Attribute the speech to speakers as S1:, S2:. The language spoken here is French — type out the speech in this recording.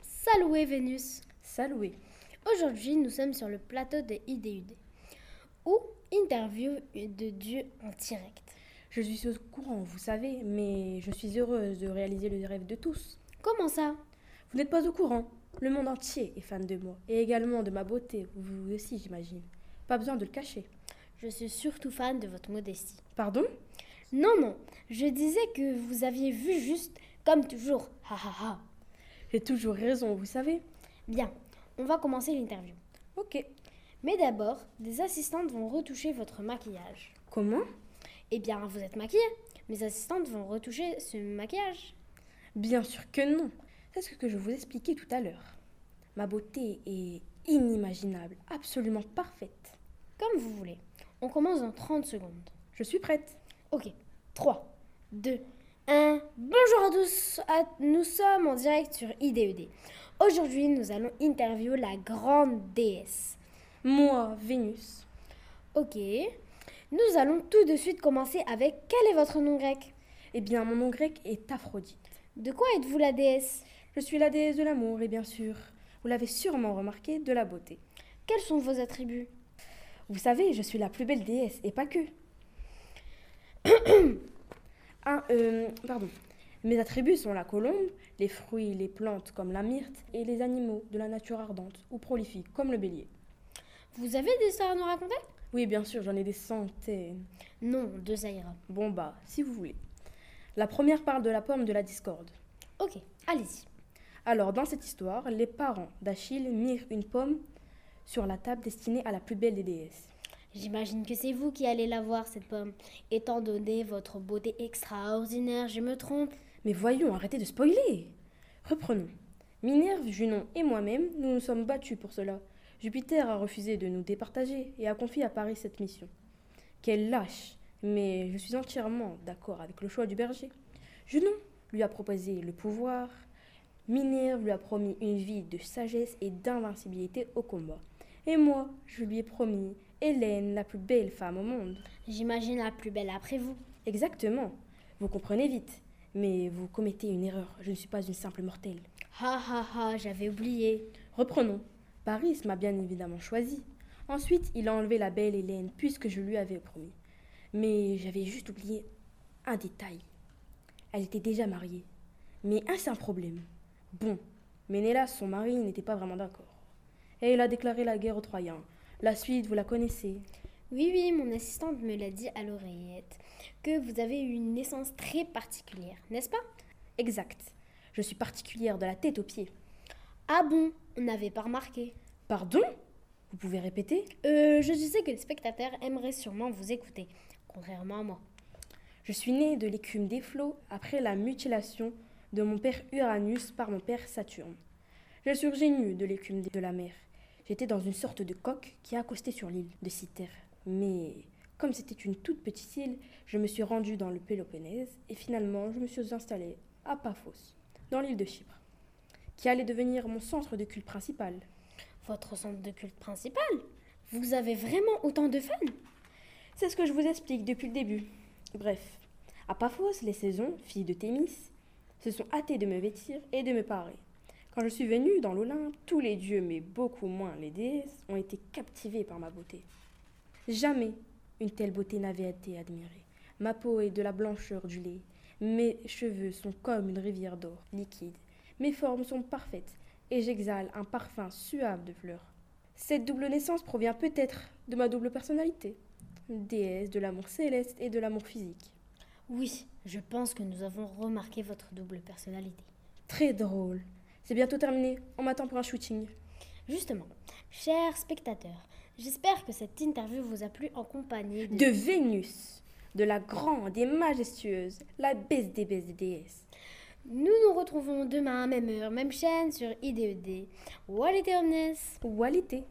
S1: Saloué Vénus
S2: Saloué.
S1: Aujourd'hui, nous sommes sur le plateau de IDUD, où interview de Dieu en direct.
S2: Je suis au courant, vous savez, mais je suis heureuse de réaliser le rêve de tous.
S1: Comment ça
S2: Vous n'êtes pas au courant Le monde entier est fan de moi, et également de ma beauté, vous aussi j'imagine. Pas besoin de le cacher.
S1: Je suis surtout fan de votre modestie.
S2: Pardon
S1: Non, non, je disais que vous aviez vu juste comme toujours. Ha ha ha.
S2: J'ai toujours raison, vous savez.
S1: Bien, on va commencer l'interview.
S2: Ok.
S1: Mais d'abord, des assistantes vont retoucher votre maquillage.
S2: Comment
S1: Eh bien, vous êtes maquillée. Mes assistantes vont retoucher ce maquillage.
S2: Bien sûr que non. C'est ce que je vous expliquais tout à l'heure. Ma beauté est inimaginable, absolument parfaite.
S1: Comme vous voulez. On commence dans 30 secondes.
S2: Je suis prête.
S1: Ok, 3, 2, 1. Bonjour à tous, à- nous sommes en direct sur IDED. Aujourd'hui, nous allons interviewer la grande déesse.
S2: Moi, Vénus.
S1: Ok, nous allons tout de suite commencer avec quel est votre nom grec
S2: Eh bien, mon nom grec est Aphrodite.
S1: De quoi êtes-vous la déesse
S2: Je suis la déesse de l'amour et bien sûr, vous l'avez sûrement remarqué, de la beauté.
S1: Quels sont vos attributs
S2: Vous savez, je suis la plus belle déesse et pas que. ah, euh, pardon. Mes attributs sont la colombe, les fruits, les plantes comme la myrte et les animaux de la nature ardente ou prolifique comme le bélier.
S1: Vous avez des histoires à nous raconter
S2: Oui, bien sûr, j'en ai des centaines.
S1: Non, deux ça ira.
S2: Bon bah, si vous voulez. La première parle de la pomme de la discorde.
S1: Ok, allez-y.
S2: Alors, dans cette histoire, les parents d'Achille mirent une pomme sur la table destinée à la plus belle des déesses.
S1: J'imagine que c'est vous qui allez la voir, cette pomme. Étant donné votre beauté extraordinaire, je me trompe.
S2: Mais voyons, arrêtez de spoiler Reprenons. Minerve, Junon et moi-même, nous nous sommes battus pour cela. Jupiter a refusé de nous départager et a confié à Paris cette mission. Quelle lâche Mais je suis entièrement d'accord avec le choix du berger. Junon lui a proposé le pouvoir. Minerve lui a promis une vie de sagesse et d'invincibilité au combat. Et moi, je lui ai promis Hélène, la plus belle femme au monde.
S1: J'imagine la plus belle après vous.
S2: Exactement. Vous comprenez vite. Mais vous commettez une erreur. Je ne suis pas une simple mortelle.
S1: Ha ha ha, j'avais oublié.
S2: Reprenons. Paris m'a bien évidemment choisi. Ensuite, il a enlevé la belle Hélène, puisque je lui avais promis. Mais j'avais juste oublié un détail. Elle était déjà mariée. Mais un, c'est un problème. Bon, Ménélas, son mari, n'était pas vraiment d'accord. Et il a déclaré la guerre aux Troyens. La suite, vous la connaissez.
S1: Oui, oui, mon assistante me l'a dit à l'oreillette, que vous avez eu une naissance très particulière, n'est-ce pas
S2: Exact. Je suis particulière de la tête aux pieds.
S1: Ah bon, on n'avait pas remarqué.
S2: Pardon Vous pouvez répéter
S1: Euh, je sais que les spectateurs aimeraient sûrement vous écouter, contrairement à moi.
S2: Je suis née de l'écume des flots après la mutilation de mon père Uranus par mon père Saturne. Je surgis nue de l'écume de la mer. J'étais dans une sorte de coque qui accostait sur l'île de Cythère. Mais comme c'était une toute petite île, je me suis rendue dans le Péloponnèse et finalement je me suis installée à Paphos, dans l'île de Chypre, qui allait devenir mon centre de culte principal.
S1: Votre centre de culte principal Vous avez vraiment autant de fans
S2: C'est ce que je vous explique depuis le début. Bref, à Paphos, les saisons, filles de Thémis, se sont hâtées de me vêtir et de me parer. Quand je suis venue dans l'Olympe, tous les dieux, mais beaucoup moins les déesses, ont été captivés par ma beauté. Jamais une telle beauté n'avait été admirée. Ma peau est de la blancheur du lait. Mes cheveux sont comme une rivière d'or liquide. Mes formes sont parfaites et j'exhale un parfum suave de fleurs. Cette double naissance provient peut-être de ma double personnalité déesse de l'amour céleste et de l'amour physique.
S1: Oui, je pense que nous avons remarqué votre double personnalité.
S2: Très drôle. C'est bientôt terminé, on m'attend pour un shooting.
S1: Justement, chers spectateurs, j'espère que cette interview vous a plu en compagnie de...
S2: De Vénus, de la grande et majestueuse, la baisse des baisses des déesses.
S1: Nous nous retrouvons demain, même heure, même chaîne, sur IDED. E Wallet et Omnes
S2: Ou à l'été.